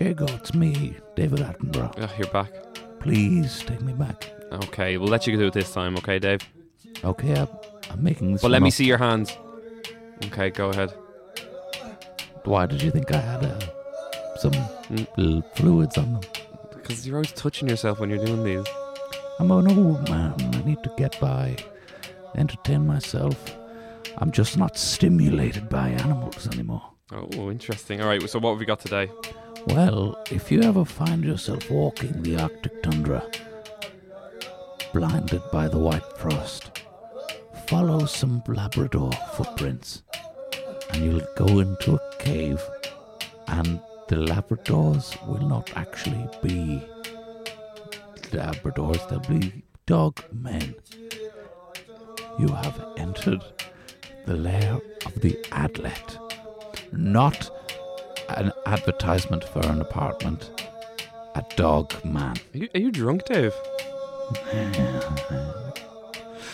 Jago, it's me, David Attenborough. Oh, you're back. Please take me back. Okay, we'll let you do it this time, okay, Dave? Okay, I'm, I'm making this. But let one me up. see your hands. Okay, go ahead. Why did you think I had uh, some Mm. little fluids on them? Because you're always touching yourself when you're doing these. I'm an old man. I need to get by, entertain myself. I'm just not stimulated by animals anymore. Oh, interesting. All right, so what have we got today? Well, if you ever find yourself walking the Arctic tundra, blinded by the white frost, follow some Labrador footprints, and you'll go into a cave, and the Labradors will not actually be Labradors, they'll be dog men. You have entered the lair of the Adlet. Not an advertisement for an apartment. A dog man. Are you, are you drunk, Dave?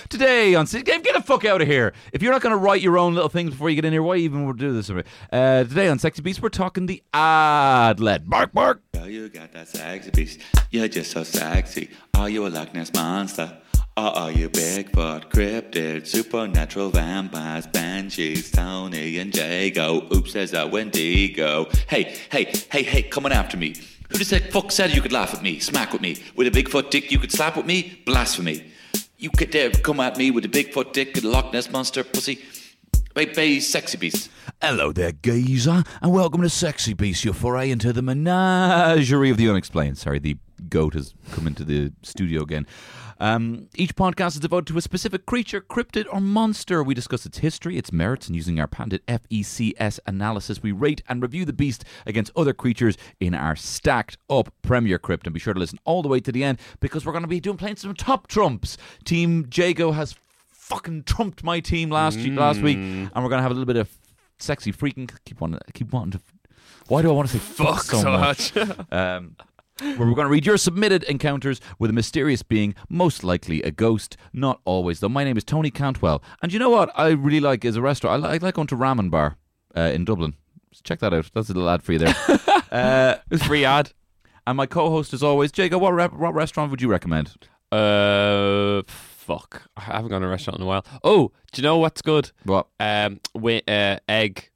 Today on City Game, get the fuck out of here. If you're not going to write your own little things before you get in here, why even do this? Uh, today on Sexy Beast, we're talking the adlet. Bark, bark. Girl, you got that sexy beast. You're just so sexy. Are you a Loch Ness monster? Or are you Bigfoot, cryptid, supernatural vampires, banshees, Tony and Jago? Oops, there's a Wendigo. Hey, hey, hey, hey, come on after me. Who the said fuck said you could laugh at me, smack with me? With a Bigfoot dick you could slap with me? Blasphemy. You could dare come at me with a Bigfoot dick and a Loch Ness monster, pussy. Babe, babe, sexy beast. Hello there, geezer, and welcome to Sexy Beast, your foray into the menagerie of the unexplained. Sorry, the goat has come into the studio again. Um, each podcast is devoted to a specific creature, cryptid, or monster. We discuss its history, its merits, and using our patented FECS analysis, we rate and review the beast against other creatures in our stacked up Premier Crypt. And be sure to listen all the way to the end because we're going to be doing playing some top trumps. Team Jago has fucking trumped my team last ye- last week, Mm. and we're gonna have a little bit of sexy freaking. Keep on, keep wanting to. Why do I want to say fuck so, much? um, where we're going to read your submitted encounters with a mysterious being, most likely a ghost, not always though. My name is Tony Cantwell, and you know what I really like is a restaurant. I like, I like going to Ramen Bar uh, in Dublin. Check that out. That's a little ad for you there. uh, free ad. And my co-host, as always, Jacob. What, re- what restaurant would you recommend? Uh, fuck. I haven't gone to a restaurant in a while. Oh, do you know what's good? What? Um, wi- uh, egg.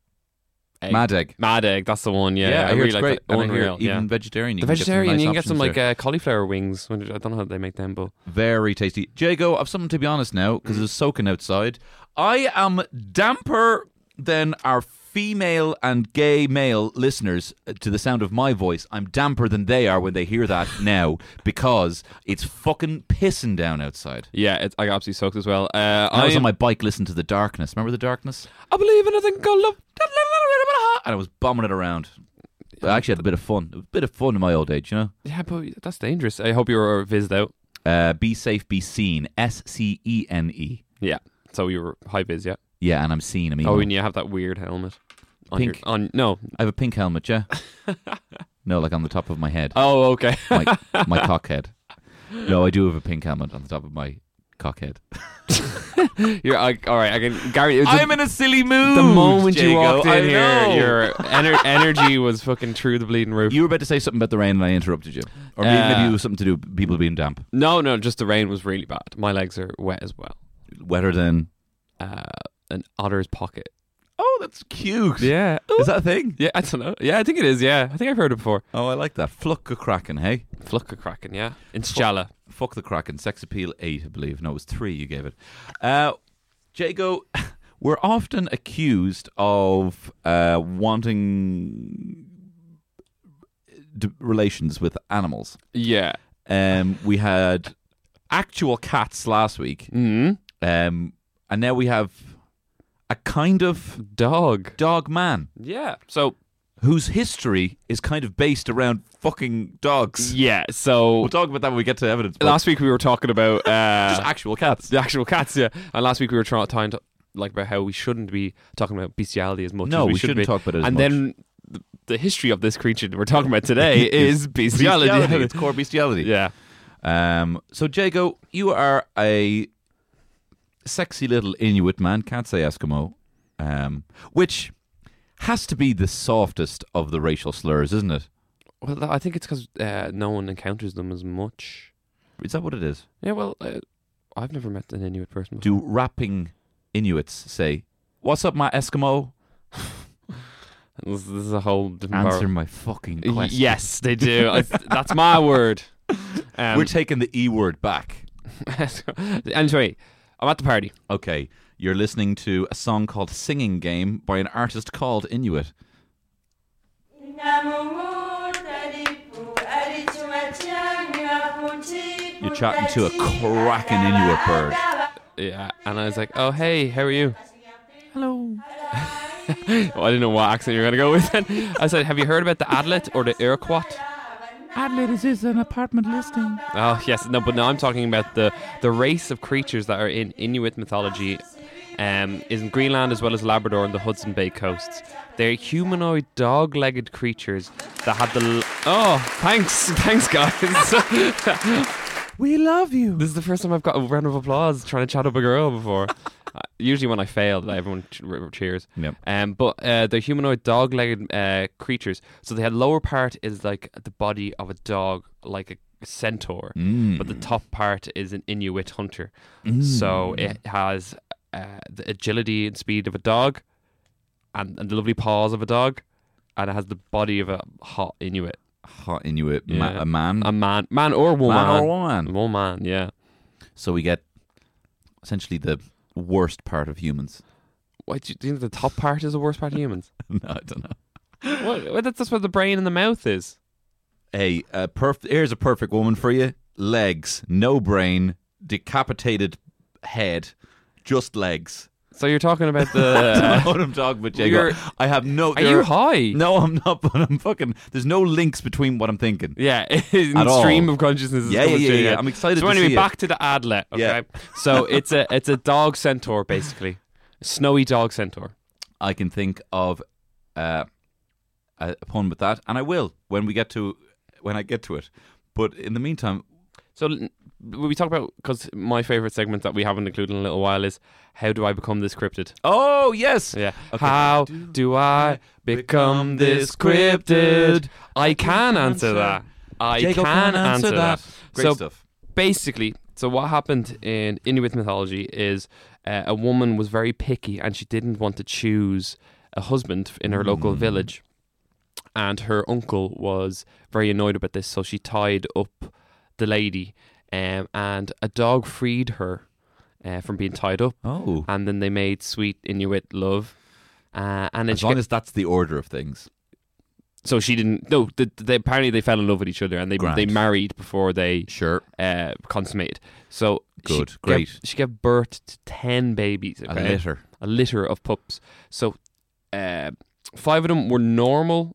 egg. Mad egg. Mad egg, that's the one, yeah. I, hear really it's like great. that. And I hear Unreal, even yeah. vegetarian. You The can get some vegetarian, nice you can get some options like there. uh, cauliflower wings. I don't know how they make them, but Very tasty. Jago, I've something to be honest now because it's soaking outside. I am damper than our female and gay male listeners uh, to the sound of my voice. I'm damper than they are when they hear that now because it's fucking pissing down outside. yeah, it's, I got absolutely soaked as well. Uh, I was am- on my bike listening to the darkness. Remember the darkness? I believe in a thing called love. And I was bombing it around. I actually had a bit of fun. It was a bit of fun in my old age, you know? Yeah, but that's dangerous. I hope you were vizzed out. Uh, be safe, be seen. S C E N E. Yeah. So you were high viz, yeah. Yeah, and I'm seen. I mean, Oh, and you have that weird helmet. On Pink. Your, on no. I have a pink helmet, yeah? no, like on the top of my head. Oh, okay. My, my cock head. No, I do have a pink helmet on the top of my cock head. You're I, all right. I can Gary. It was the, in a silly mood. the moment you Jago. walked I in here, know. your ener- energy was fucking through the bleeding roof. You were about to say something about the rain and I interrupted you. Or maybe, Uh, maybe it was something to do with people being damp. no, no, just the rain was really bad. My legs are wet as well. Wetter than. Uh, an otter's pocket. Oh, that's cute. Yeah. Is that a thing? Yeah, I don't know. Yeah, I think it is. Yeah, I think I've heard it before. Oh, I like that. Fluck a Kraken, hey? Fluck a kraken. Yeah, in Sjala. Fuck the Kraken. Sex Appeal 8, I believe. No, it was 3 you gave it. Uh, Jago, we're often accused of uh, wanting d- relations with animals. Yeah. Um, we had actual cats last week, Mm. um, and now we have a kind of Dog. dog man Yeah. So whose history is kind of based around fucking dogs. yeah. So We'll talk about that when we get to evidence. but last week we were talking about uh, just actual cats. the actual cats, yeah. And last week we were trying trying to like about how we shouldn't be talking about bestiality as much. No, as we, we should shouldn't be. talk about it as and much. then the, the history of this creature that we're talking about today is bestiality. Bestiality. It's core bestiality. yeah. Um, so, Jago, you are a sexy little Inuit man. Can't say Eskimo, um, which has to be the softest of the racial slurs, isn't it? Well, I think it's because uh, no one encounters them as much. Is that what it is? Yeah. Well, uh, I've never met an Inuit person. Before. Do rapping Inuits say, "What's up, my Eskimo"? This, this is a whole different Answer my fucking bar- Y- question. Yes, they do. I, that's my word. Um, we're taking the E word back. anyway, I'm at the party. Okay, you're listening to a song called "Singing Game" by an artist called Inuit. You're chatting to a cracking Inuit bird. Yeah, and I was like, "Oh, hey, how are you?" Hello. Well, I didn't know what accent you were going to go with then. I said, Have you heard about the Adlet or the Iroquois? Adelaide, is this an apartment listing? Oh, yes. No, but now I'm talking about the, the race of creatures that are in Inuit mythology, um, is in Greenland as well as Labrador and the Hudson Bay coasts. They're humanoid, dog legged creatures that have the. L- oh, thanks. Thanks, guys. We love you. This is the first time I've got a round of applause trying to chat up a girl before. Uh, Usually, when I fail, everyone ch- r- r- cheers. Yep. Um, but uh, they're humanoid dog-legged uh, creatures. So the lower part is like the body of a dog, like a centaur, Mm. but the top part is an Inuit hunter. So Mm. it has uh, the agility and speed of a dog, and, and the lovely paws of a dog, and it has the body of a hot Inuit, Hot Inuit, ma- Yeah. a man, a man, man or woman, man or woman. woman, yeah. So we get essentially the worst part of humans. Why do you do you think the top part is the worst part of humans? no, I don't know. what, what, that's, that's where the brain and the mouth is. Hey, a perf- here's a perfect woman for you. Legs, no brain, decapitated head, just legs. So you're talking about the. what I'm talking about, Jago. you're- I have no. Are there you high? No, I'm not. But I'm fucking. There's no links between what I'm thinking. Yeah, in At all. stream of consciousness. is Yeah, yeah, coming yeah, through, yeah. I'm excited So to anyway, see it. back to the adlet. Okay, Yeah. so it's a it's a dog centaur basically, a snowy dog centaur. I can think of uh, a a pun with that, and I will when we get to when I get to it. But in the meantime, So l- when we talk about because my favorite segment that we haven't included in a little while is how do I become this cryptid? oh yes, Yeah. How do I become this cryptid? I can answer that. I Jago can answer that. Great so stuff. basically, so what happened in Inuit mythology is uh, a woman was very picky and she didn't want to choose a husband in her local village. And her uncle was very annoyed about this, so she tied up the lady, um, and a dog freed her uh, from being tied up. Oh, And then they made sweet Inuit love. Uh, and then as she long got- as that's the order of things. so she didn't. No, th they, apparently they fell in love with each other and they Grand. they married before they Sure. uh, consummated. So Good, she great. Gave, she gave birth to ten babies. A okay? litter. a litter of pups. So uh, five of them were normal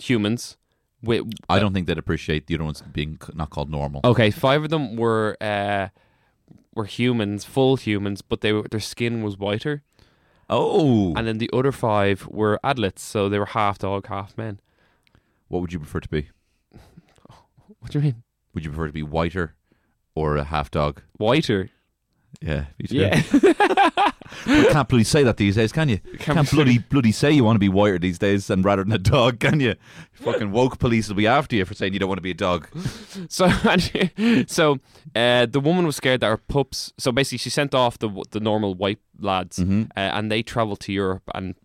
humans. With I don't think they'd appreciate the other ones being c- not called normal. okay, five of them were uh, were humans, full humans, but they were, their skin was whiter, Oh, and then the other five were adlets, so they were half dog, half men. what would you prefer to be? What do you mean? Would you prefer to be whiter or a half dog? Whiter. Yeah, me too. Yeah. You can't bloody say that these days, can you? Can't, bloody bloody say you want to be whiter these days and rather than a dog, can you? Fucking woke police will be after you for saying you don't want to be a dog. So, so uh, the woman was scared that her pups. So basically, she sent off the the normal white lads, uh, and they travelled to Europe and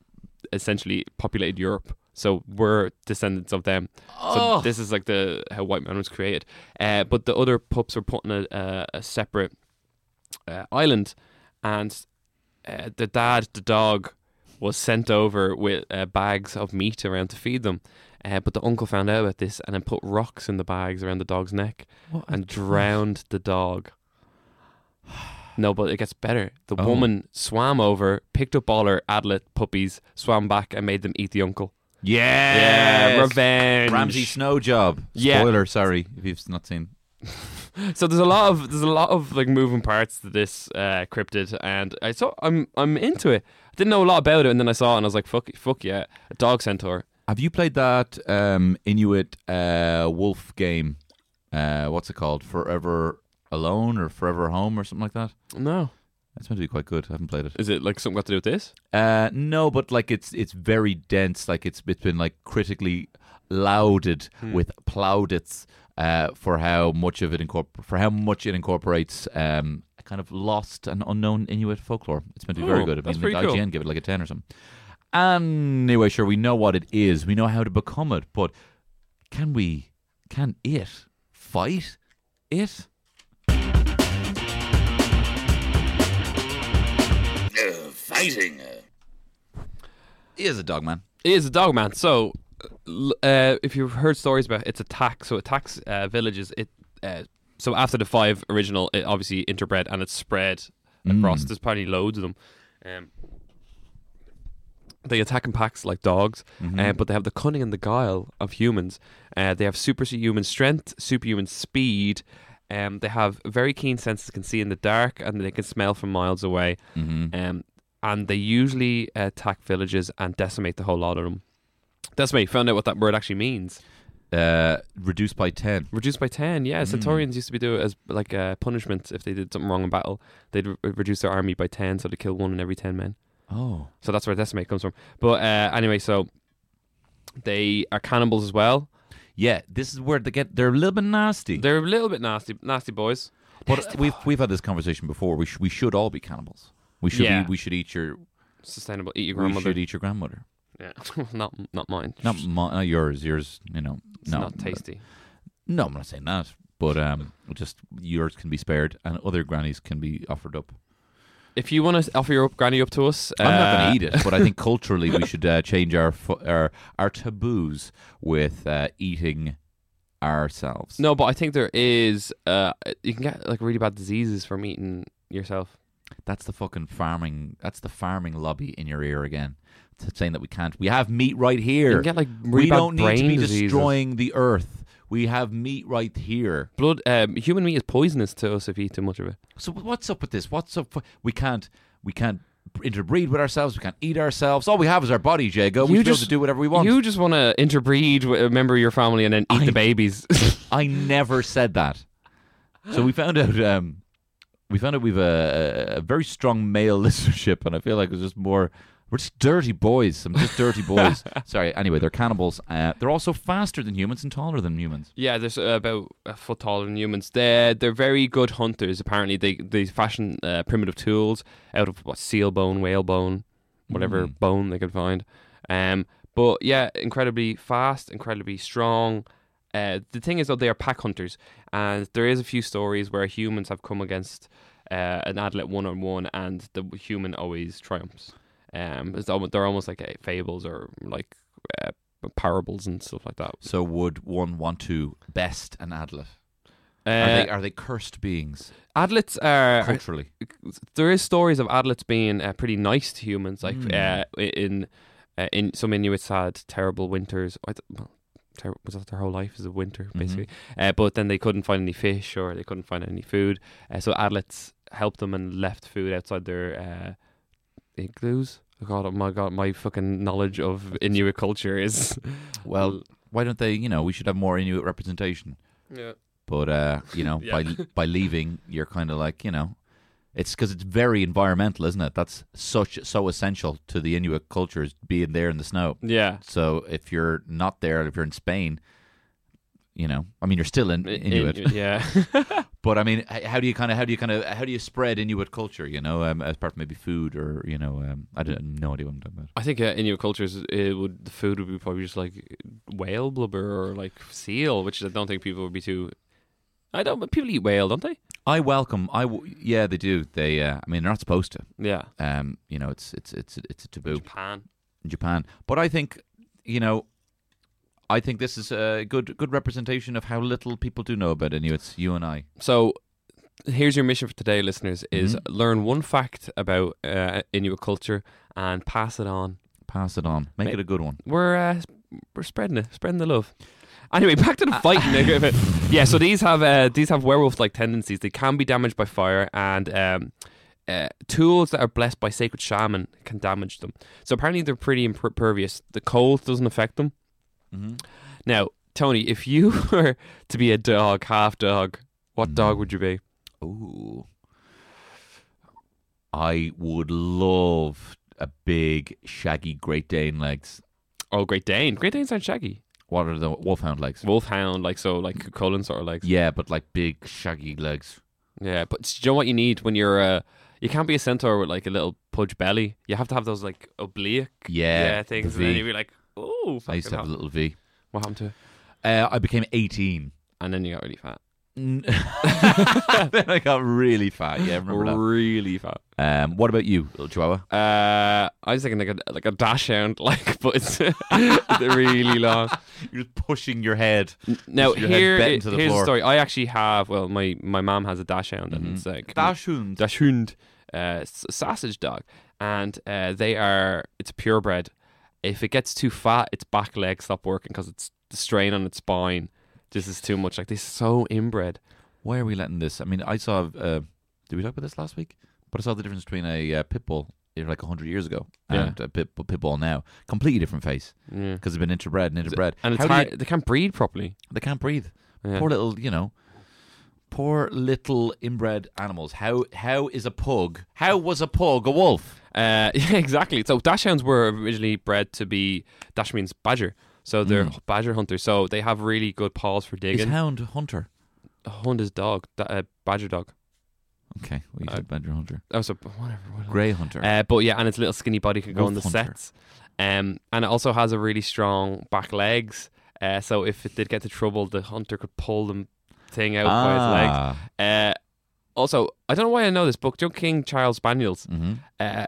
essentially populated Europe. So we're descendants of them. So this is like the how white man was created. Uh, but the other pups were put on a, a, a separate uh, island, and uh, the dad, the dog, was sent over with uh, bags of meat around to feed them. Uh, but the uncle found out about this and then put rocks in the bags around the dog's neck and drowned the dog. No, but it gets better. The woman swam over, picked up all her adlet puppies, swam back, and made them eat the uncle. Yes! Yeah, revenge. Ramsey Snow Job. Yeah. Spoiler, sorry, if you've not seen. So there's a lot of there's a lot of like moving parts to this uh, cryptid, and I saw I'm I'm into it. I didn't know a lot about it, and then I saw it, and I was like, fuck, fuck yeah, a dog centaur. Have you played that um, Inuit uh, wolf game? Uh, what's it called? Forever Alone or Forever Home or something like that? No, That's meant to be quite good. I haven't played it. is it like something got to do with this? Uh, no, but like it's it's very dense. Like it's it's been like critically lauded with plaudits uh, for how much of it incorpor- for how much it incorporates um, a kind of lost and unknown Inuit folklore. It's meant to be very Oh, good. I that's mean, like pretty cool. IGN give it like a ten or something. Anyway, sure, we know what it is. We know how to become it, but can we? Can it fight it? He is a dog man. It is a dog man. So, l- uh, if you've heard stories about its attack, so it attacks uh, villages. It uh, so after the five original, it obviously interbred and it spread across. There's probably loads of them. Um, they attack in packs like dogs, uh, but they have the cunning and the guile of humans. Uh, they have superhuman strength, superhuman speed. Um, they have very keen senses, can see in the dark, and they can smell from miles away. Um, and they usually attack villages and decimate the whole lot of them. Decimate, found out what that word actually means. Uh, reduced by ten. Reduced by 10, yeah. Centaurians used to be do it as like a punishment if they did something wrong in battle. They'd re- reduce their army by 10, so they kill one in every 10 men. Oh, So that's where decimate comes from. But uh, anyway, so they are cannibals as well. yeah. This is where they get. They're a little bit nasty. They're a little bit nasty, nasty boys. But we've we've had this conversation before. We sh- we should all be cannibals. We should Yeah. be, we should eat your Sustainable, eat your we grandmother. should eat your grandmother. Yeah, not not mine. Not mo- not yours. Yours. You know. it's no. not tasty. No, I'm not saying that. But um, just yours can be spared, and other grannies can be offered up. If you want to offer your up- granny up to us, I'm not uh, going to eat it, but I think culturally we should uh, change our fu- our our taboos with uh, eating ourselves. No, but I think there is. Uh, you can get like really bad diseases from eating yourself. That's the fucking farming. That's the farming lobby in your ear again, t- saying that we can't. We have meat right here. You can get, like, really we bad don't need to brain be diseases. destroying the earth. We have meat right here. Blood, um, human meat is poisonous to us if you eat too much of it. So what's up with this? What's up? fu- We can't. We can't interbreed with ourselves. We can't eat ourselves. All we have is our body, Jago. We should be able to do whatever we want. You just want to interbreed with a member of your family and then eat the babies. I never said that. So we found out. Um, we found out we've a, a very strong male listenership, and I feel like it's just more. We're just dirty boys. I'm just dirty boys. Sorry. Anyway, they're cannibals. Uh, they're also faster than humans and taller than humans. yeah, there's uh, about a foot taller than humans. They're they're very good hunters. Apparently, they they fashion uh, primitive tools out of what seal bone, whale bone, whatever Mm. bone they could find. Um, but yeah, incredibly fast, incredibly strong. Uh, the thing is, though, they are pack hunters, and there is a few stories where humans have come against uh, an adlet one on one, and the human always triumphs. Um, it's almost, they're almost like uh, fables or like uh, parables and stuff like that. So would one want to best an adlet? Are, Uh, they, are they cursed beings Adlets are. culturally? There is stories of adlets being uh, pretty nice to humans, like uh, in uh, in some Inuits had terrible winters. I th- well, ter- was that their whole life is a winter basically? Uh, but then they couldn't find any fish or they couldn't find any food, uh, so adlets helped them and left food outside their uh, igloos. Oh God, oh my God, my fucking knowledge of Inuit culture is Well, why don't they? You know, we should have more Inuit representation. yeah. but uh, you know, by by leaving, you're kind of like you know, it's because it's very environmental, isn't it? That's such so essential to the Inuit culture is being there in the snow. yeah. So if you're not there, if you're in Spain, you know, I mean, you're still in Inuit, yeah. but I mean, h- how do you kind of how do you kind of how do you spread Inuit culture? You know, um, as part of maybe food or you know, um, I don't no idea what I'm talking about. I think uh, in your cultures, it would the food would be probably just like whale blubber or like seal, which I don't think people would be too. I don't. But people eat whale, don't they? I welcome. I w- yeah, they do. They uh, I mean, they're not supposed to. Yeah. Um, you know, it's it's it's it's a taboo. Japan. in Japan. But I think, you know, I think this is a good good representation of how little people do know about Inuits. You and I. So here's your mission for today, listeners: is learn one fact about uh, Inuit culture and pass it on. Pass it on. Make it a good one. We're uh, we're spreading it, spreading the love. Anyway, back to the fighting. yeah, so these have uh, these have werewolf-like tendencies. They can be damaged by fire, and um, uh, tools that are blessed by sacred shaman can damage them. So apparently, they're pretty impervious. The cold doesn't affect them. Now, Tony, if you were to be a dog, half dog, what dog would you be? Ooh. I would love a big, shaggy Great Dane legs. Oh, Great Dane. Great Danes aren't shaggy. What are the wolfhound legs? Wolfhound, like so, like Cullen sort of legs. Yeah, but like big, shaggy legs. Yeah, but do you know what you need when you're uh you can't be a centaur with like a little pudge belly. You have to have those like oblique Yeah, the things, and then V. you'd be like, oh, I used to have a little V. what happened to it? Uh, I became 18. And then you got really fat, then I got really fat. Yeah, remember really fat. that. Um, what about you, little chihuahua? Uh, I was thinking like a like a dash hound, like, but it's they're really long. You're just pushing your head. Now Just your head here, bent i- into the here's floor. Mm-hmm. the story. I actually have. Well, my my mom has a dash hound, and it's like Dashund. Dachshund, uh, s- sausage dog, and uh, they are it's a purebred. If it gets too fat, its back legs stop working because it's the strain on its spine. This is too much. Like they're so inbred. Why are we letting this? I mean, I saw. Uh, did we talk about this last week? But I saw the difference between a uh, pit bull you know, like 100 years ago Yeah. and a pit, pit bull now. Completely different face Yeah. because they've been interbred and interbred. And it's How do hard. you- They can't breed properly. they can't breathe. Yeah. Poor little, you know, poor little inbred animals. How How is a pug? How was a pug a wolf? Uh, yeah, exactly. So dachshunds were originally bred to be dash means badger. So they're badger hunters. So they have really good paws for Hmm. Is digging. hound hunter? A Hound is dog, da- uh, badger dog. Okay, well, you said badger hunter. Oh, so whatever. whatever. Grey hunter. Uh, but yeah, and its little skinny body can go on the Wolf hunter. sets. Um, and it also has a really strong back legs. Uh, so if it did get to trouble, the hunter could pull the thing out by ah, its legs. Uh, also, I don't know why I know this, but Joe King Charles Spaniels, mhm. uh,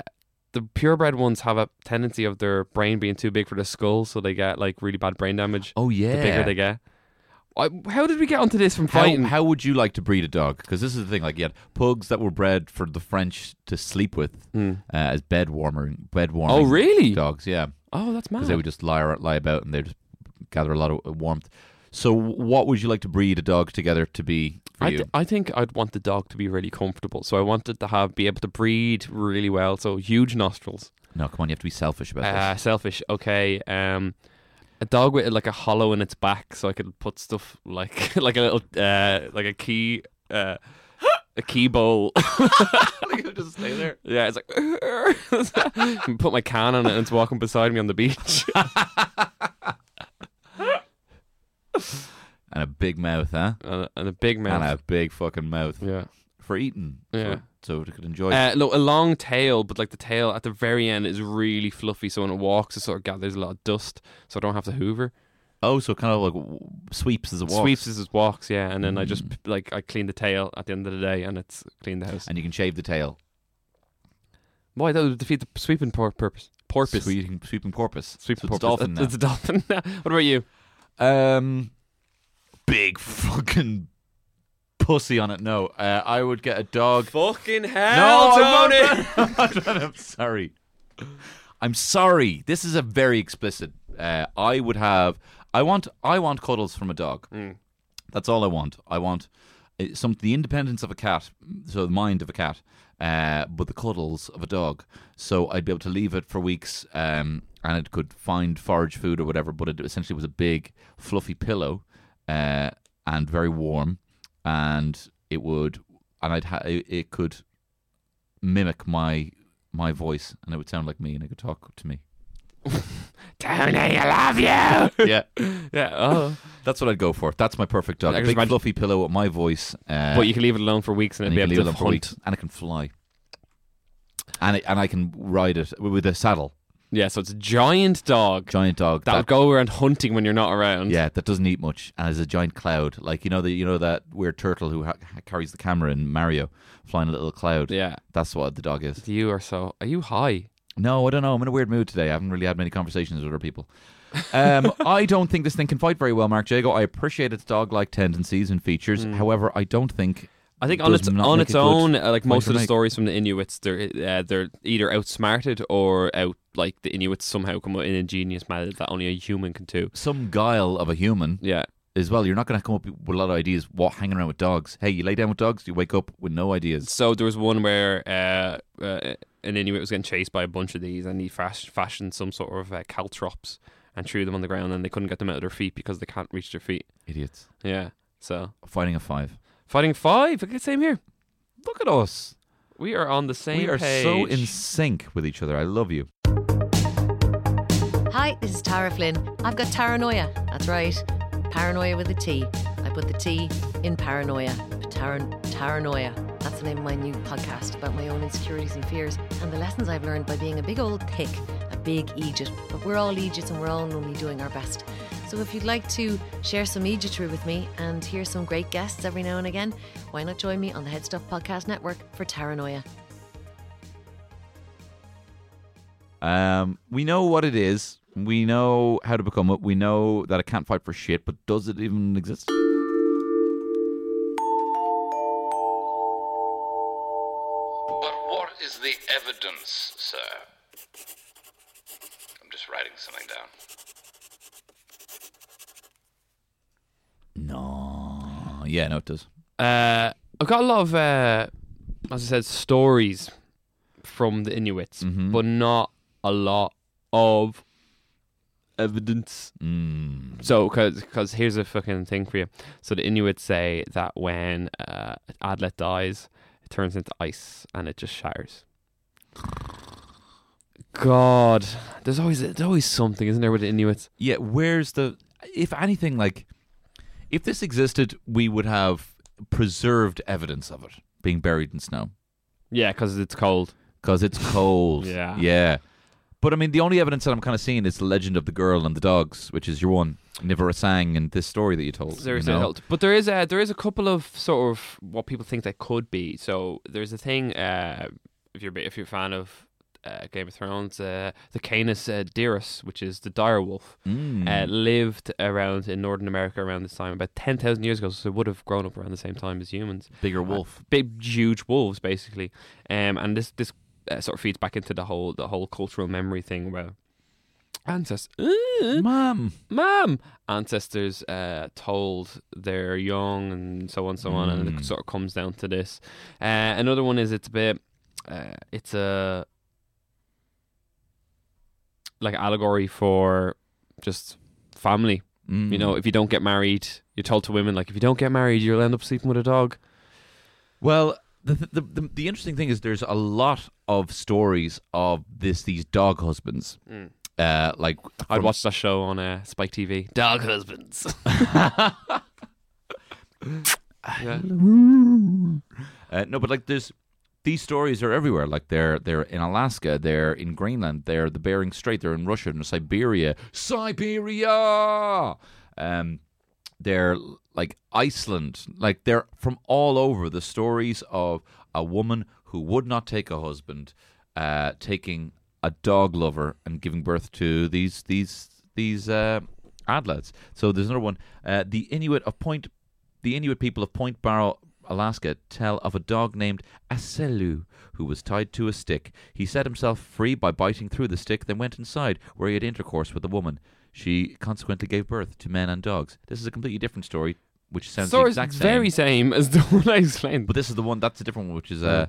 the purebred ones have a tendency of their brain being too big for their skull, so they get like really bad brain damage. Oh yeah. The bigger they get. I, how did we get onto this from How, fighting? how would you like to breed a dog? Because this is the thing. Like, you had pugs that were bred for the French to sleep with uh, as bed warmer, bed warmer. Hmm. oh, really? Dogs, yeah, Oh, that's mad. because they would just lie ar- lie about and they just gather a lot of warmth. So, what would you like to breed a dog together to be for I, you? th- I think I'd want the dog to be really comfortable. So I wanted to have be able to breathe really well. So huge nostrils. no, come on, you have to be selfish about Uh, selfish. Okay. Um, a dog with like a hollow in its back, so I could put stuff like like a little uh, like a key uh, a key bowl. this. just stay there. yeah, it's like and put my can on it and it's walking beside me on the beach. And a big mouth, huh? and, a, and a big And mouth. a big fucking mouth Yeah. for eating. Yeah. So, so it could enjoy. Uh, no, a long tail, but like the tail at the very end is really fluffy. So when it walks, it sort of gathers a lot of dust, so I don't have to hoover. oh, so kind of like w- sweeps as a walks. Mm. Sweeps as it walks, yeah. And then I just like I clean the tail at the end of the day, and it's clean the house. and you can shave the tail. Why that would defeat the sweeping por- purpose. Porpoise. Sweeping, sweeping porpoise. Sweeping So it's porpoise. dolphin It's- now. It's a dolphin. what about you? Um, big fucking pussy on it. No, uh, I would get a dog. Fucking no, hell, I won't. I'm, not- I'm sorry. I'm sorry. This is a very explicit. Uh, I would have. I want. I want cuddles from a dog. That's all I want. I want uh, some the independence of a cat, so the mind of a cat, uh, but the cuddles of a dog. So I'd be able to leave it for weeks, um, and it could find forage food or whatever. But it essentially was a big fluffy pillow, uh, and very warm, and it would, and I'd ha- it it could mimic my my voice, and it would sound like me, and it could talk to me. Tony, I love you. Yeah, yeah. Oh. that's what I'd go for. That's my perfect dog. I A can big imagine- fluffy pillow with my voice. Uh, but you can leave it alone for weeks, and and it'd you be can able leave them to for hunt. weeks, and it can fly, and it, and I can ride it with a saddle, Yeah. So it's a giant dog giant dog. that would that- go around hunting when you're not around. yeah, that doesn't eat much, and is a giant cloud, like you know the you know that weird turtle who ha- ha- carries the camera in Mario, flying a little cloud. Yeah. That's what the dog is. You are so. Are you high? No, I don't know. I'm in a weird mood today. I haven't really had many conversations with other people. Um, I don't think this thing can fight very well, Mark Jago. I appreciate its dog like tendencies and features. However, I don't think Hmm. I think It on does its not on make its a good own, uh, like point most to of the make. stories from the Inuits, they're uh, they're either outsmarted or out like the Inuits somehow come up with an ingenious method that only a human can do. Some guile of a human Yeah, as well. You're not going to come up with a lot of ideas. What hanging around with dogs? Hey, you lay down with dogs, you wake up with no ideas. So there was one where uh, uh, an Inuit was getting chased by a bunch of these, and he fash- fashioned some sort of uh, caltrops and threw them on the ground, and they couldn't get them out of their feet because they can't reach their feet. Idiots. Yeah. So Fighting a five. fighting five. Look at the same here. Look at us. We are on the same. we are page. so in sync with each other. I love you. Hi, this is Tara Flynn. I've got paranoia. That's right. Paranoia with a T. I put the T in paranoia. Taran- paranoia. That's the name of my new podcast about my own insecurities and fears and the lessons I've learned by being a big old thick, a big Egypt. But we're all Egypts and we're all only doing our best. So if you'd like to share some Egyptry with me and hear some great guests every now and again, why not join me on the Headstuff Podcast Network for Paranoia? Um, we know what it is. We know how to become it. We know that it can't fight for shit, but does it even exist? But what is the evidence, sir? I'm just writing something down. No. Yeah, no, it does. Uh, I've got a lot of, uh, as I said, stories from the Inuits, but not a lot of evidence. Mm. So, because here's a fucking thing for you. So the Inuits say that when uh, Adlet dies, it turns into ice and it just shatters. God, there's always there's always something, isn't there, with the Inuits? Yeah, where's the. If anything, like. If this existed, we would have preserved evidence of it being buried in snow Yeah, because it's cold. because it's cold. Yeah. Yeah. But I mean, the only evidence that I'm kind of seeing is the legend of the girl and the dogs, which is your one, Nivara Sang, and this story that you told. There is you a know? help, but there is a there is a couple of sort of what people think they could be. So there's a thing uh, if you're a bit- if you're a fan of uh, Game of Thrones, uh, the Canis uh, deerus, which is the dire wolf, Mm. uh, lived around in Northern America around this time, about ten thousand years ago. So they would have grown up around the same time as humans. Uh, Bigger wolf. Big, huge wolves, basically. Um, and this this uh, sort of feeds back into the whole the whole cultural memory thing where ancestors. Mom. Mom, ancestors uh, told their young and so on, so on, and it Mm. sort of comes down to this. Uh, another one is it's a bit, uh, it's a like allegory for just family. You Mm. know, if you don't get married, you're told to women like if you don't get married, you'll end up sleeping with a dog. Well, the, the the the interesting thing is there's a lot of stories of this these dog husbands. Uh, like I'd from- watch that show on uh, Spike TV. Dog husbands. yeah. Uh, no, but like there's these stories are everywhere. Like they're they're in Alaska, they're in Greenland, they're the Bering Strait, they're in Russia, in Siberia, Siberia. Um, they're like Iceland. Like they're from all over. The stories of a woman who would not take a husband, uh, taking a dog lover and giving birth to these these these uh, adlets. So there's another one. Uh, the Inuit of Point the Inuit people of Point Barrow, Alaska, tell of a dog named Aselu who was tied to a stick. He set himself free by biting through the stick, then went inside, where he had intercourse with a woman. She consequently gave birth to men and dogs. This is a completely different story, which sounds the Story's exact same. very same as the one I explained. but this is the one that's a different one, which is uh,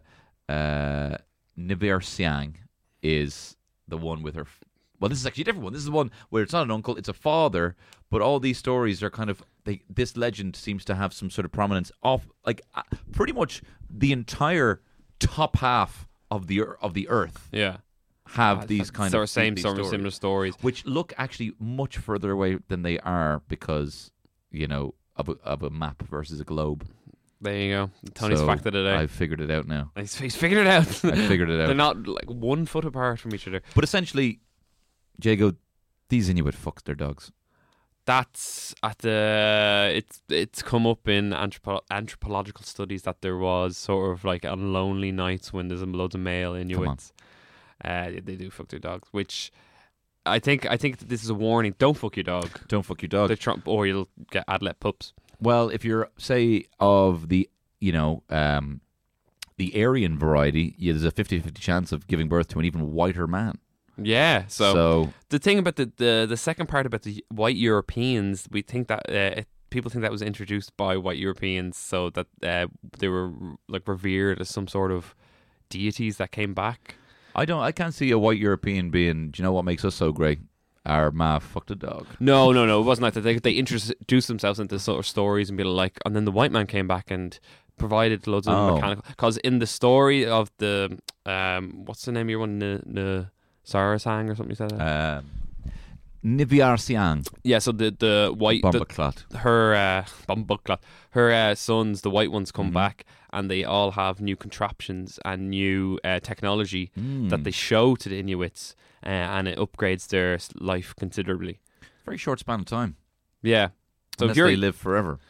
uh, Nivir Siang is the one with her. f- Well, this is actually a different one. This is the one where it's not an uncle, it's a father. But all these stories are kind of they. This legend seems to have some sort of prominence off, like uh, pretty much the entire top half of the ear- of the earth yeah. have these kind Ah, sort of of same these sort of similar stories. which look actually much further away than they are because you know of a, of a map versus a globe. There you go. Tony's So factored it out. I've figured it out now. He's, he's figured it out. I figured it out. They're not like one foot apart from each other. But essentially, Jago, these Inuit fucks their dogs. That's at the it's it's come up in anthropo- anthropological studies that there was sort of like on lonely nights when there's loads of male Inuits. Uh, they do fuck their dogs, which I think I think that this is a warning. Don't fuck your dog. Don't fuck your They dog. trump or you'll get adlet pups. Well, if you're say of the you know, um, the Aryan variety, yeah, there's a 50 50 chance of giving birth to an even whiter man. Yeah. So, So- the thing about the, the the second part about the white Europeans, we think that uh, it, people think that was introduced by white Europeans, so that uh, they were like revered as some sort of deities that came back. I don't, I can't see a white European being, do you know what makes us so great? Our ma fucked a dog. No, no, no. It wasn't like that. They, they introduced themselves into sort of stories and be like, and then the white man came back and provided loads of Oh. mechanical. Because in the story of the um, what's the name of your one, the the Sarasang or something you said. that? Um, Nivyar Siang, yeah, so the the white the- Bombaclat. her uh, Bumbleclot, her uh, sons, the white ones, Mm-hmm. come back and they all have new contraptions and new uh, technology Mm. that they show to the Inuits, uh, and it upgrades their s- life considerably. Very short span of time. Yeah. So Unless if you're they live forever.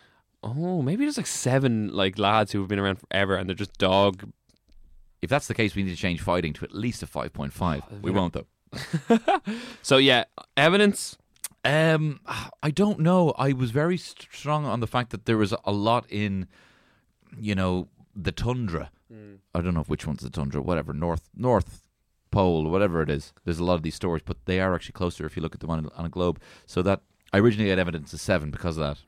oh maybe there's like seven like lads who have been around forever and they're just dog. If that's the case, we need to change fighting to at least a Oh, 5.5. We won't, though. So yeah, evidence. Um, I don't know. I was very st- strong on the fact that there was a lot in, you know, the tundra. I don't know if which one's the tundra, whatever, north, north pole, whatever it is. There's a lot of these stories, but they are actually closer if you look at them on, a- on a globe. So that I originally had evidence of seven because of that.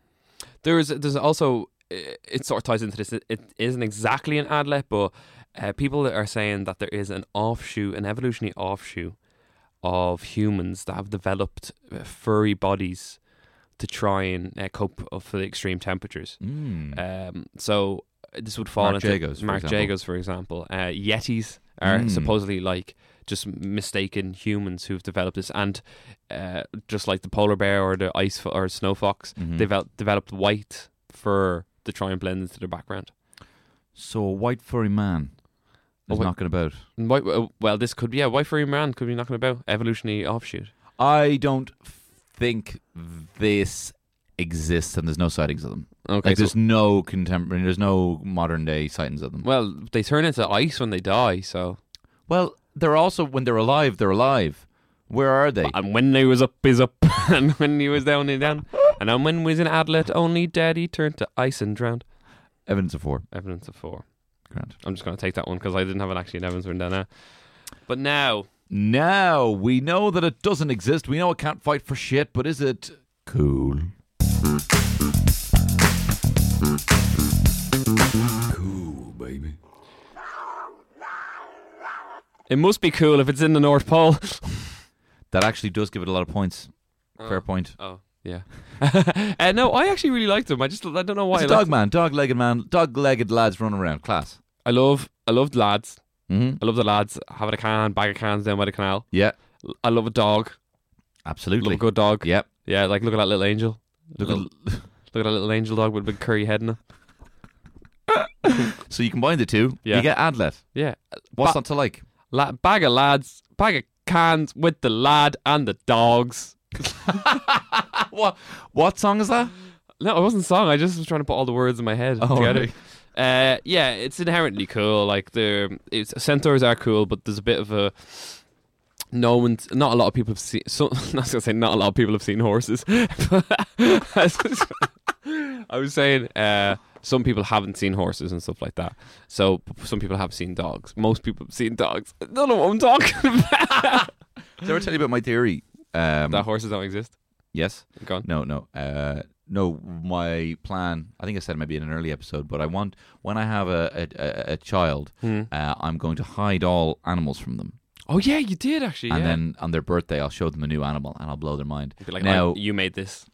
There's there's also it, it sort of ties into this. It, it isn't exactly an adlet, but uh, people are saying that there is an offshoot, an evolutionary offshoot of humans that have developed uh, furry bodies to try and uh, cope for the extreme temperatures. Mm. Um, so uh, this would fall Marc into Jacobs, for Marc example. Jacobs, for example. Uh, Yetis are Mm. supposedly like just mistaken humans who've developed this, and uh, just like the polar bear or the ice fo- or snow fox, Mhm. they've out- developed white fur to try and blend into their background. So a white furry man Oh, is wait. knocking about. And white, uh, well, this could be yeah, white furry man could be knocking about evolutionary offshoot. I don't think this exists, and there's no sightings of them. Okay, like, so, there's no contemporary, there's no modern day sightings of them. well, they turn into ice when they die. So Well, they're also when they're alive, they're alive. Where are they? and when he was up, he's up, and when he was down, he's down, and then when he was an adlet, only daddy turned to ice and drowned. Evidence of four. Evidence of four. Grant. I'm just going to take that one because I didn't have an actually an Evans written down now. But now, Now we know that it doesn't exist. We know it can't fight for shit, but is it cool? it must be cool if it's in the North Pole. That actually does give it a lot of points. Fair point. oh, yeah. uh, no, I actually really liked him. I just I don't know why. It's I, a liked dog him. man, dog legged man, dog legged lads running around. Class. I love I loved lads. Mm-hmm. I love the lads having a can, bag of cans down by the canal. Yeah, I love a dog. Love absolutely. a good dog. Yep. Yeah, like look at that little angel. Look Little- at- Look at that little angel dog with a big curry head in it. so you combine the two, Yeah. you get Adlet. Yeah, What's Ba- not to like? La- bag of lads, bag of cans with the lad and the dogs. What what song is that? No, it wasn't song. I just was trying to put all the words in my head Oh, together. right. Uh, yeah, it's inherently cool. Like the it's, centaurs are cool, but there's a bit of a no one's not a lot of people have seen. So, I was gonna say not a lot of people have seen horses. I was saying uh, some people haven't seen horses and stuff like that. So some people have seen dogs. Most people have seen dogs. I don't know what I'm talking about. Did I ever tell you about my theory? Um, that horses don't exist. yes. Go on. No, no, uh, no. My plan. I think I said maybe in an early episode, but I want when I have a a, a- a child, Hmm. uh, I'm going to hide all animals from them, Oh yeah, you did actually. and yeah. then on their birthday, I'll show them a new animal, and I'll blow their mind. Be like, now, "Oh, you made this.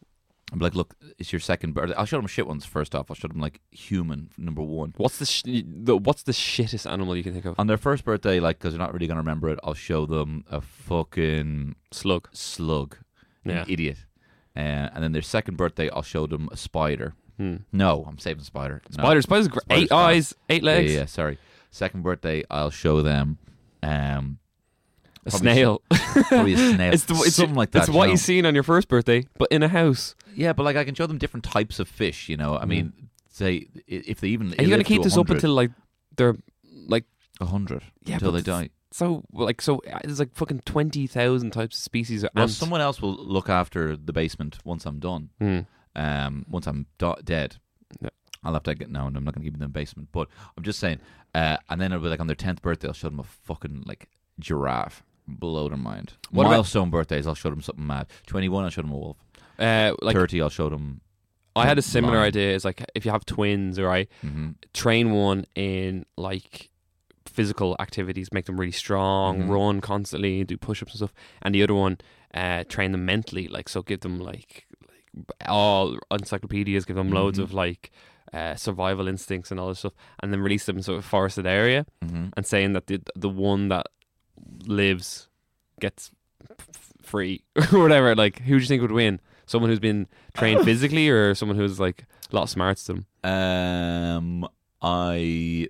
I'm like, look, it's your second birthday. I'll show them shit ones first off. I'll show them like human number one. What's the, sh- the what's the shittest animal you can think of? On their first birthday, like, because they're not really going to remember it, I'll show them a fucking Slug. slug, Yeah. an idiot. Uh, and then their second birthday, I'll show them a spider. No, I'm saving spider. No. Spider. Hmm. Spider's great. Spider's eight fine. eyes, eight legs. Yeah, yeah, sorry. Second birthday, I'll show them um, A Probably snail. probably a snail, it's the it's, something like that. It's what know? you seen on your first birthday, but in a house. Yeah, but like I can show them different types of fish. You know, I mean, say i- if they even Hmm. Are going you gonna to keep this up until like they're like a hundred Yeah, until but they it's- die? so like so uh, there's like fucking twenty thousand types of species of Well, ants. someone else will look after the basement once I'm done. Mm. Um, once I'm do- dead, Yeah. I'll have to get now, and I'm not going to keep them in the basement. But I'm just saying. Uh, and then it'll be like on their tenth birthday, I'll show them a fucking like giraffe. Blow their mind. What about- Milestone birthdays, I'll show them something mad. Twenty one, I'll show them a wolf. Uh, like Thirty, I'll show them. I had a similar Line. idea. It's like if you have twins, right? hmm Train one in like physical activities, make them really strong, Mhm. run constantly, do push-ups and stuff, and the other one, uh, train them mentally. Like so, give them like, like all encyclopedias, give them loads Mhm. of like. Uh, survival instincts and all this stuff, and then release them to a forested area, hmm and saying that the the one that lives gets f- free or whatever. Like, who do you think would win? Someone who's been trained physically or someone who's like a lot of smarts to them? Um, I,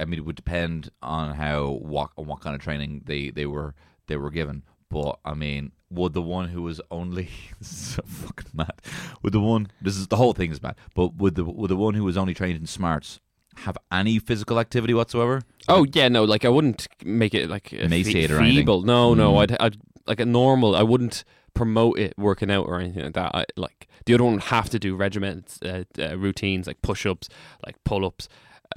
I mean, it would depend on how what on what kind of training they they were they were given. But I mean, would the one who was only this is so fucking mad? Would the one this is the whole thing is mad. But would the would the one who was only trained in smarts have any physical activity whatsoever? Oh yeah, no, like I wouldn't make it like a fe- Emaciate or anything. feeble. No, no, Mm. I'd, I'd like a normal. I wouldn't promote it working out or anything like that. I, like the other one would have to do regiment uh, uh, routines like push ups, like pull ups,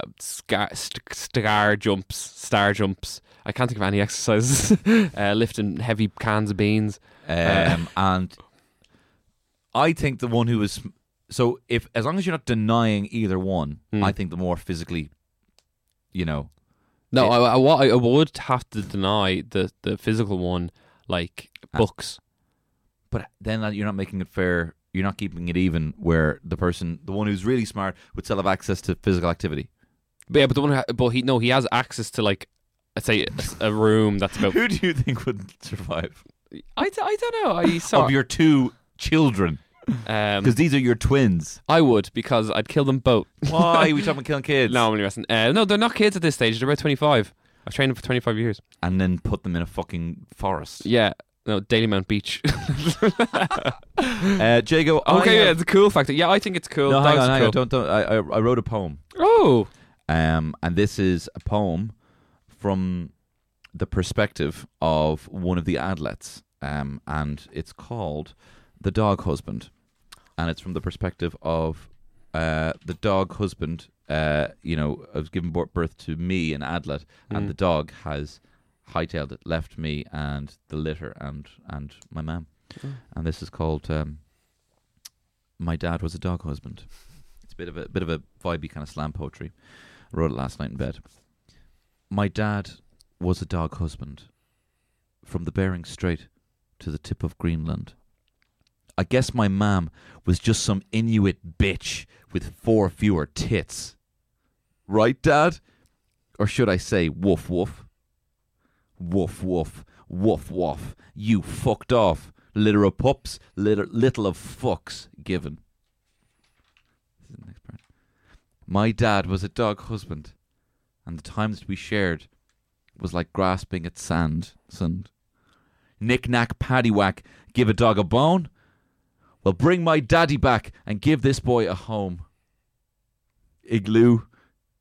uh, scar, st- star jumps, star jumps. I can't think of any exercises. uh, lifting heavy cans of beans. Um, and I think the one who was so if as long as you're not denying either one, Hmm. I think the more physically, you know, No, I, I, wa- I would have to deny the, the physical one, like Ah. books. but then that- you're not making it fair. You're not keeping it even where the person, the one who's really smart, would still have access to physical activity. But yeah, but the one, who ha- but he no, he has access to like, let's say a, a room that's about. Who do you think would survive I, d- I don't know. I saw. of your two children? um, Because these are your twins. I would because I'd kill them both. Why are we talking about killing kids? No, I'm only messing. Uh, no, they're not kids at this stage. They're about 25. I've trained them for 25 years. And then put them in a fucking forest. Yeah. No, Daily Mount Beach. Uh, Jago. I okay, yeah, have- it's a cool factor. Yeah, I think it's cool. No, That hang was on, hang on. cool. Don't, don't. I, I, I wrote a poem. Oh, Um, and this is a poem from the perspective of one of the adlets. Um, and it's called The Dog Husband. And it's from the perspective of uh, the dog husband, uh, you know, has given bor- birth to me, an adlet, and the dog has hightailed it, left me and the litter and, and my mum. And this is called um, My Dad Was a Dog Husband. It's a bit of a bit of a vibey kind of slam poetry. I wrote it last night in bed. My dad was a dog husband, from the Bering Strait to the tip of Greenland. I guess my mam was just some Inuit bitch with four fewer tits. Right, Dad? Or should I say, woof woof? Woof woof, woof woof. You fucked off. Litter of pups, litter, little of fucks given. This is the next part. My dad was a dog husband, and the times we shared was like grasping at sand. sand. Knick knack, paddywhack, give a dog a bone. Well, bring my daddy back and give this boy a home. Igloo,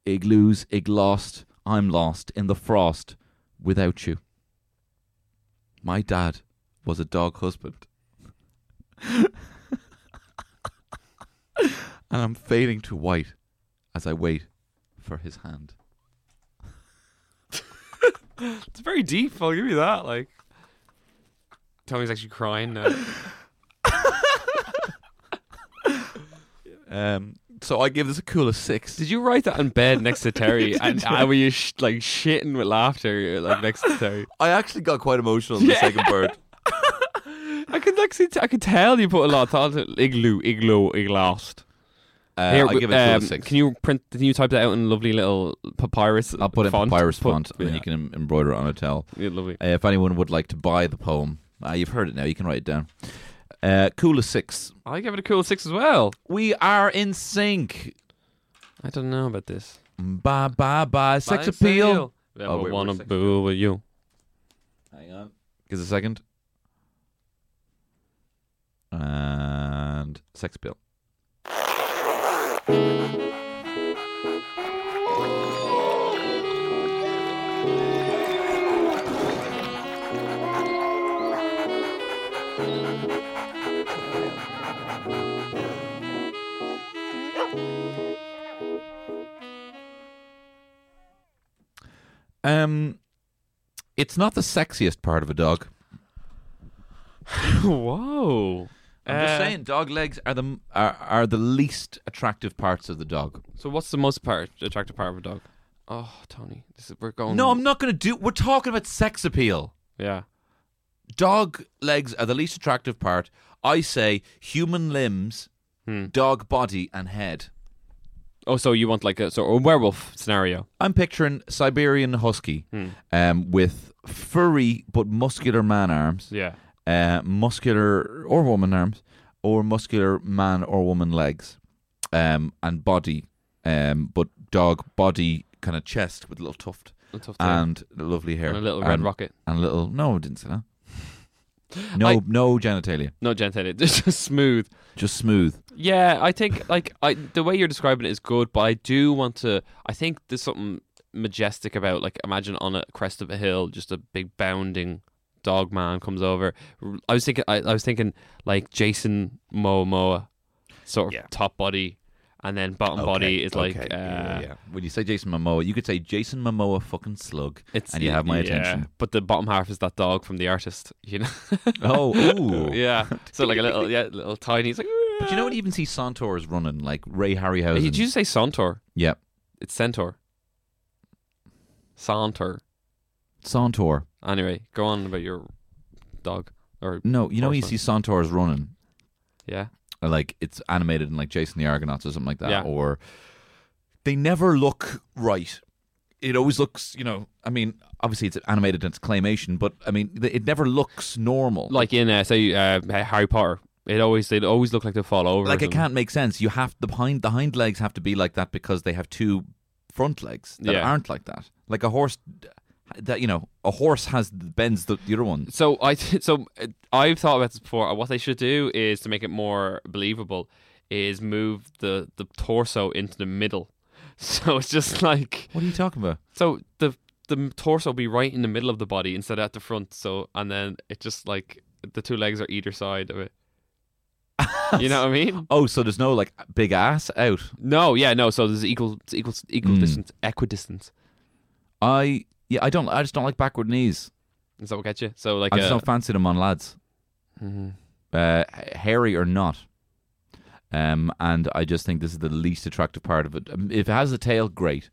igloos, ig lost, I'm lost in the frost without you. My dad was a dog husband. and I'm fading to white as I wait for his hand. it's very deep. I'll give you that. Like, Tommy's actually crying now. Um, so I give this a cool a six. Did you write that in bed next to Terry? and I were you sh- like shitting with laughter like next to Terry? I actually got quite emotional in the second bird. I could actually, t- I could tell you put a lot of thought. into Igloo, igloo, iglast. Uh, Here, I give it a cool um, six. Can you print? Can you type that out in lovely little papyrus? I'll put it in font? papyrus Put- font, and then yeah. you can em- embroider it on a towel. Yeah, lovely. Uh, if anyone would like to buy the poem, uh, you've heard it now. You can write it down. Uh, cool a six. I give it a cool six as well. We are in sync. I don't know about this. Bye bye bye. Sex Mine appeal. sale. Never Oh, wait, wanna we're sex boo with you. Hang on. Give us a second. And sex appeal. Um, it's not the sexiest part of a dog. Whoa. I'm just Uh, saying, dog legs are the are, are the least attractive parts of the dog. So what's the most part attractive part of a dog? Oh, Tony, this is we're going. No, I'm not going to do. We're talking about sex appeal. Yeah. Dog legs are the least attractive part. I say human limbs, dog body, and head. Oh, so you want like a so a werewolf scenario? I'm picturing Siberian husky um, with furry but muscular man arms, Yeah. uh, muscular or woman arms, or muscular man or woman legs, um, and body, um, but dog body kind of chest with a little tuft A tough thing. and lovely hair And a little red and- rocket. and a little. No, I didn't say that. No, I- no genitalia, No, gentle. It's just smooth. just smooth. Yeah, I think like I the way you're describing it is good, but I do want to. I think there's something majestic about like imagine on a crest of a hill, just a big bounding dog man comes over. I was thinking, I, I was thinking like Jason Momoa, sort of Yeah. top body, and then bottom body is like okay, uh, yeah, yeah, yeah. when you say Jason Momoa, you could say Jason Momoa fucking slug, It's, and you have my yeah, attention. But the bottom half is that dog from the artist, you know. Oh, ooh. yeah. So like a little, yeah, little tiny. It's like. But you know what? Even see Santor's running like Ray Harryhausen. Did you say Santor? yeah, It's Centaur. Santor. Santor. Anyway, go on about your dog or No, you know when you Horseman. see Santor's running, yeah. uh, like it's animated in like Jason the Argonauts or something like that, Yeah. or they never look right. It always looks, you know. I mean, obviously it's animated and it's claymation, but I mean, th- it never looks normal. Like in uh, say uh, Harry Potter, it always they always look like they fall over. like or it something. can't make sense. You have the hind the hind legs have to be like that because they have two front legs that Yeah. aren't like that. Like a horse, that you know, a horse has bends the, the other one. So I th- so uh, I've thought about this before. uh, What they should do is to make it more believable is move the the torso into the middle. So it's just like What are you talking about? so the the torso be right in the middle of the body instead of at the front. So and then it just like the two legs are either side of it. you know what I mean? Oh, so there's no like big ass out. No, yeah, no. So there's equal, it's equal, equal Mm. distance, equidistance. I yeah, I don't. I just don't like backward knees. Is that what gets you? So like, uh, I just a, don't fancy them on lads, Mhm. uh, hairy or not. Um, and I just think this is the least attractive part of it. Um, If it has a tail, great.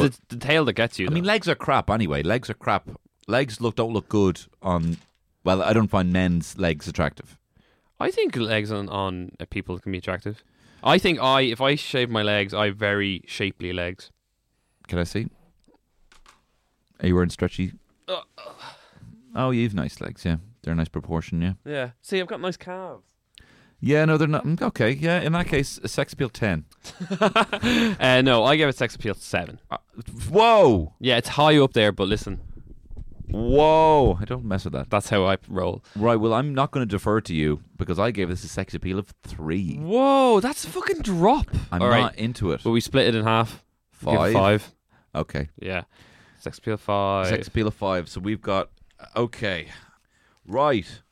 But- it the tail that gets you? I mean, though? legs are crap anyway. Legs are crap. Legs look don't look good on. Well, I don't find men's legs attractive. I think legs on on uh, people can be attractive. I think I, if I shave my legs, I have very shapely legs. Can I see? Are you wearing stretchy? Uh. Oh, you've nice legs. Yeah, they're a nice proportion. Yeah. Yeah. See, I've got nice calves. Yeah. No, they're not. mm, Okay. Yeah. In that case, a sex appeal ten. Uh, no, I give it sex appeal seven. Uh, whoa. Yeah, it's high up there, but listen, Whoa. I don't mess with that. that's how I roll. Right. Well, I'm not going to defer to you because I gave this a sex appeal of three. Whoa, that's a fucking drop. I'm All not right, into it. but we split it in half. Give it Five. five. Okay. Yeah. Sex appeal five. Sex appeal of five. So we've got. Okay. Right.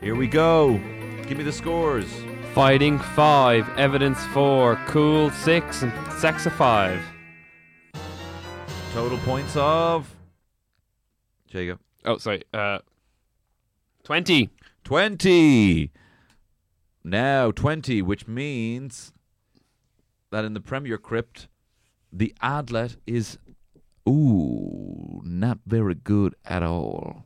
Here we go. Give me the scores. Fighting five, evidence four, cool six, and sex a five. Total points of. Jacob. Oh, sorry, uh, twenty. 20. Now 20, which means that in the Premier Crypt, the adlet is. Ooh, not very good at all.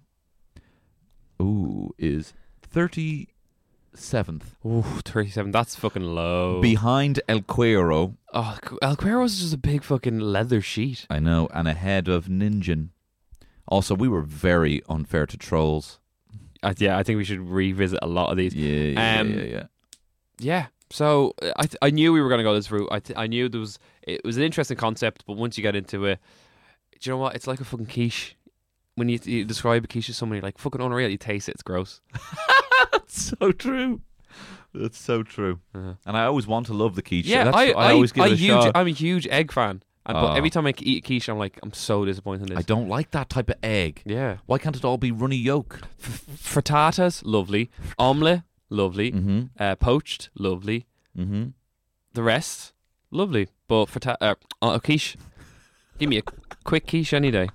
Ooh, is 37th Ooh, thirty-seven. That's fucking Oh. low. behind El Cuero. oh, El Cuero's just a big fucking leather sheet. I know, and ahead of Ninjan. Also, we were very unfair to trolls. Uh, yeah, I think we should revisit a lot of these. Yeah, yeah, Um, yeah, yeah. Yeah. So uh, I th- I knew we were gonna go this route. I th- I knew there was it was an interesting concept, but once you get into it, do you know what? It's like a fucking quiche. When you, you describe a quiche to someone, you're like fucking unreal. You taste it, it's gross. So true. That's so true. Uh-huh. And I always want to love the quiche. Yeah, That's- I, I, always give I it a huge, shot. I'm a huge egg fan. And, Oh. But every time I c- eat quiche, I'm like, I'm so disappointed in I this. don't like that type of egg. yeah. Why can't it all be runny yolk? Frittatas, lovely. Omelette, lovely. Mm-hmm. Uh, poached, lovely. Mm-hmm. The rest, lovely. But frittata, uh, uh, quiche, Give me a quick quiche any day.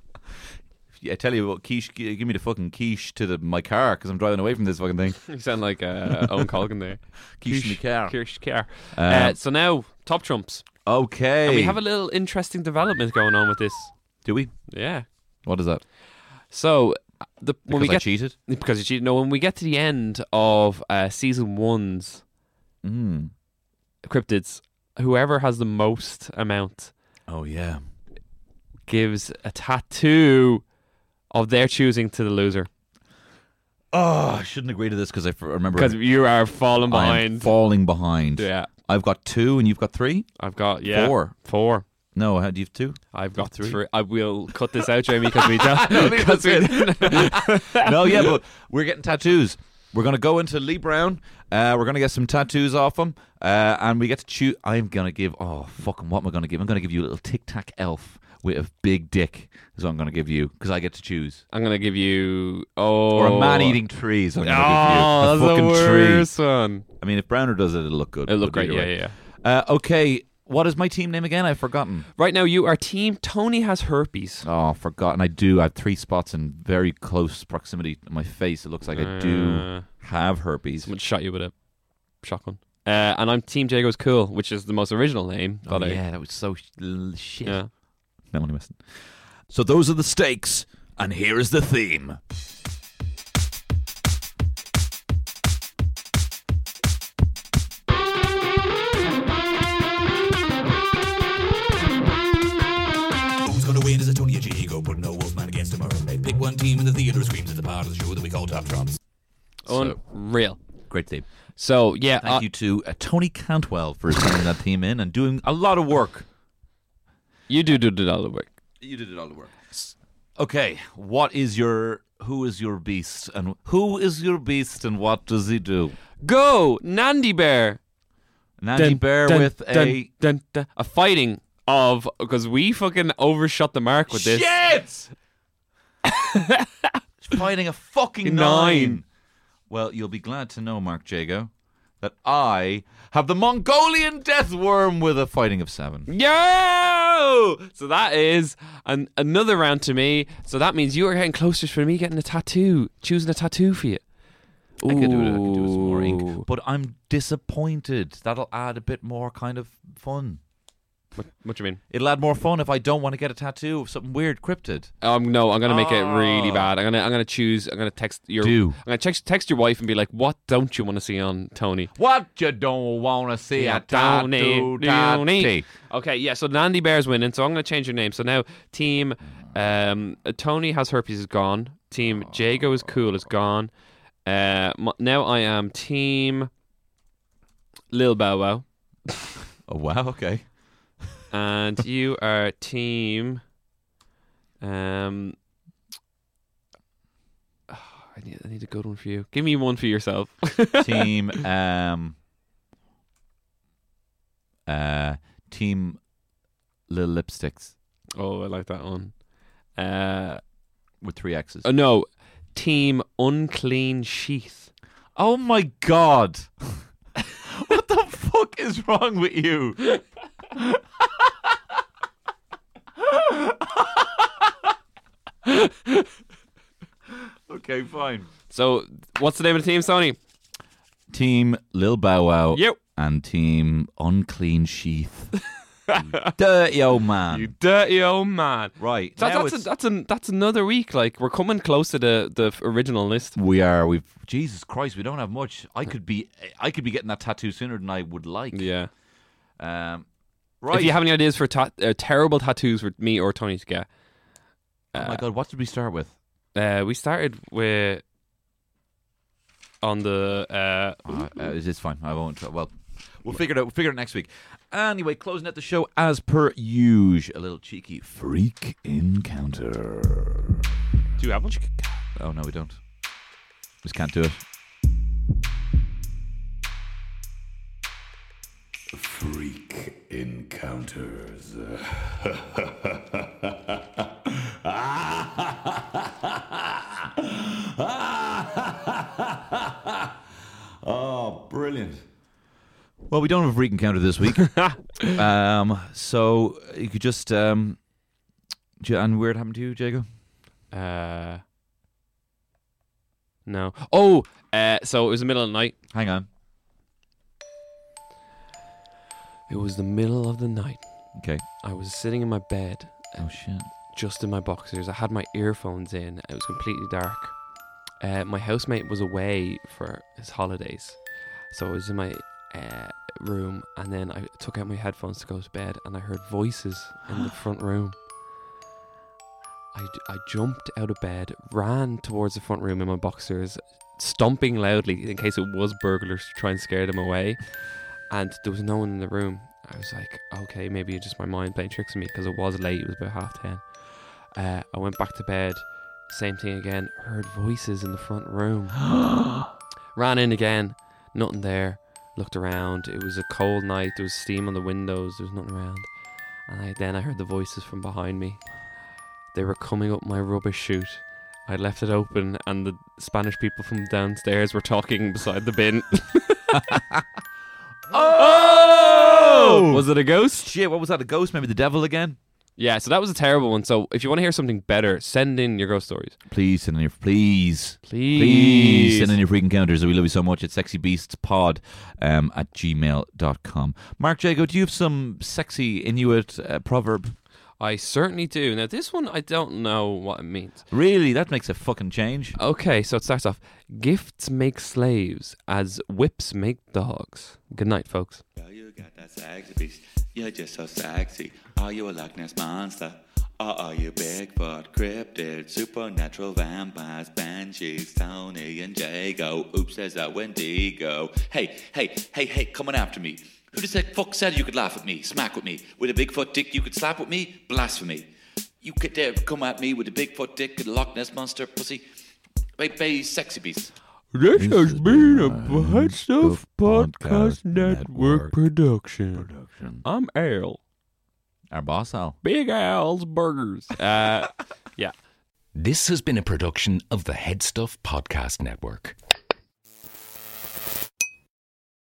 Yeah, I tell you what, quiche. g- Give me the fucking quiche to the, my car because I'm driving away from this fucking thing. You sound like uh, Owen Colgan there. Quiche in the car. Quiche car. Uh, so now, top trumps. Okay. And we have a little interesting development going on with this. Do we? Yeah. What is that? So uh, the when Because we I get cheated. because you cheated. No, when we get to the end of uh, season one's Mm. cryptids, whoever has the most amount Oh yeah. gives a tattoo of their choosing to the loser. Oh, I shouldn't agree to this because I f- remember. Because you are falling I am behind. falling behind. yeah, I've got two and you've got three. I've got yeah Four. Four. No, how do you have two? I've got three. I will cut this out, Jamie, because we don't. think 'cause we- no, yeah, but we're getting tattoos. We're gonna go into Lee Brown. Uh, we're gonna get some tattoos off him, uh, and we get to choose. I'm gonna give. Oh, fucking! What am I gonna give? I'm gonna give you a little tic tac elf with a big dick. Is what I'm gonna give you because I get to choose. I'm gonna give you oh Or a man eating trees. I'm Oh, gonna give that's you. A the fucking worst one. tree. I mean, if Browner does it, it'll look good. It looked but great. either Yeah, way. yeah. Uh, okay, what is my team name again? I've forgotten. Right now, you are team. Tony has herpes. Oh, forgotten. I do. I have three spots in very close proximity to my face. It looks like I do Uh, have herpes. Someone shot you with a shotgun. Uh, and I'm Team Jago's Cool, which is the most original name. Oh, that I- yeah, that was so sh- l- shit. yeah. Melanie Weston. So those are the stakes, and here is the theme. Who's gonna win? Is it Tony or Jago? Putting no wolfman against tomorrow. They pick one team and the theater screams at the part of the show that we call Top Trumps. So- Unreal. Great theme. So, yeah. Thank uh, you to uh, Tony Cantwell for sending that theme in and doing a lot of work. you do do the other work. You did it all the work. Okay, what is your who is your beast and who is your beast and what does he do? Go, Nandy Bear. Nandy Bear with a dun, dun. a fighting of because we fucking overshot the mark with this. shit. Finding a fucking nine. Nine. Well, you'll be glad to know, Mark Jago, that I have the Mongolian death worm with a fighting of seven. Yo! So that is an, another round to me. So that means you are getting closer for me getting a tattoo, choosing a tattoo for you. I could do it. I could do with some more ink, Ooh. but I'm disappointed. That'll add a bit more kind of fun. What, what do you mean? It'll add more fun if I don't want to get a tattoo of something weird cryptid. Um, no, I'm gonna make it really bad. I'm gonna, I'm gonna choose. I'm gonna text your. Ah. Do. I'm gonna text, text your wife and be like, "What don't you want to see on Tony?" What you don't want to see a tattoo, tattoo. Okay, yeah. So Nandy Bear's winning. So I'm gonna change your name. So now, team, um, Tony has herpes is gone. Team Jago is cool is gone. Uh, m- now I am team Lil Bow Wow, Oh wow, okay. and you are team. Um. I need, I need a good one for you. Give me one for yourself. team um uh team little lipsticks Oh, I like that one. Uh, with three x's oh, no, team unclean sheath. oh my god what the fuck is wrong with you okay fine So, what's the name of the team, Sony? team lil bow wow Yep. and team unclean sheath dirty old man You dirty old man. right That- now that's a, it's- that's an that's another week. Like we're coming close to the the original list. We are. We've. Jesus Christ. We don't have much. I could be. I could be getting that tattoo sooner than I would like. Yeah. Um. Right. If you have any ideas for ta- uh, terrible tattoos for me or Tony to get, oh my God. What did we start with? uh, we started with on the uh, Uh, uh, it's fine. I won't. Well, we'll figure it out. We'll figure it out next week. Anyway, closing out the show as per usual. A little cheeky freak encounter. do you have one? Oh no, we don't. Just can't do it. Freak encounters. oh, brilliant. Well, we don't have a freak encounter this week. um. So you could just um. J- And weird happened to you, Jago? Uh, no. Oh, uh, so it was the middle of the night. Hang on. It was the middle of the night. Okay. I was sitting in my bed, Oh shit. just in my boxers. I had my earphones in. It was completely dark. Uh, my housemate was away for his holidays, so I was in my uh, room, and then I took out my headphones to go to bed, and I heard voices in the front room. I, I jumped out of bed, ran towards the front room in my boxers, stomping loudly in case it was burglars to try and scare them away. And there was no one in the room. I was like, okay, maybe it's just my mind playing tricks on me because it was late. It was about half ten. Uh, I went back to bed. Same thing again. Heard voices in the front room. Ran in again. Nothing there. Looked around. It was a cold night. There was steam on the windows. There was nothing around. And I, then I heard the voices from behind me. They were coming up my rubbish chute. I left it open, and the Spanish people from downstairs were talking beside the bin. Oh! Was it a ghost? Shit, what was that? A ghost? Maybe the devil again? Yeah, so that was a terrible one. So if you want to hear something better, send in your ghost stories. Please send in your please. Please. Please send in your freak encounters. We love you so much at sexybeastspod um, at gmail.com. Mark Jago, do you have some sexy Inuit uh, proverb? I certainly do. Now, this one, I don't know what it means. Really? That makes a fucking change. Okay, so it starts off Gifts make slaves as whips make dogs. Good night, folks. Girl, you got that sexy beast. You're just so sexy. Are you a Loch Ness monster? Or are you Bigfoot, cryptid, supernatural vampires, banshees, Tony and Jago? Oops, there's that Wendigo. Hey, hey, hey, hey, coming after me. Who does that fuck said you could laugh at me, smack with me? With a Bigfoot dick you could slap with me? Blasphemy. You could dare come at me with a Bigfoot dick and a Loch Ness monster, pussy. Bay, bay, sexy beast. This has been a Bad Stuff Podcast Network production. I'm Al. Our boss, Al. Big Al's Burgers. Uh, yeah. This has been a production of the Headstuff Podcast Network.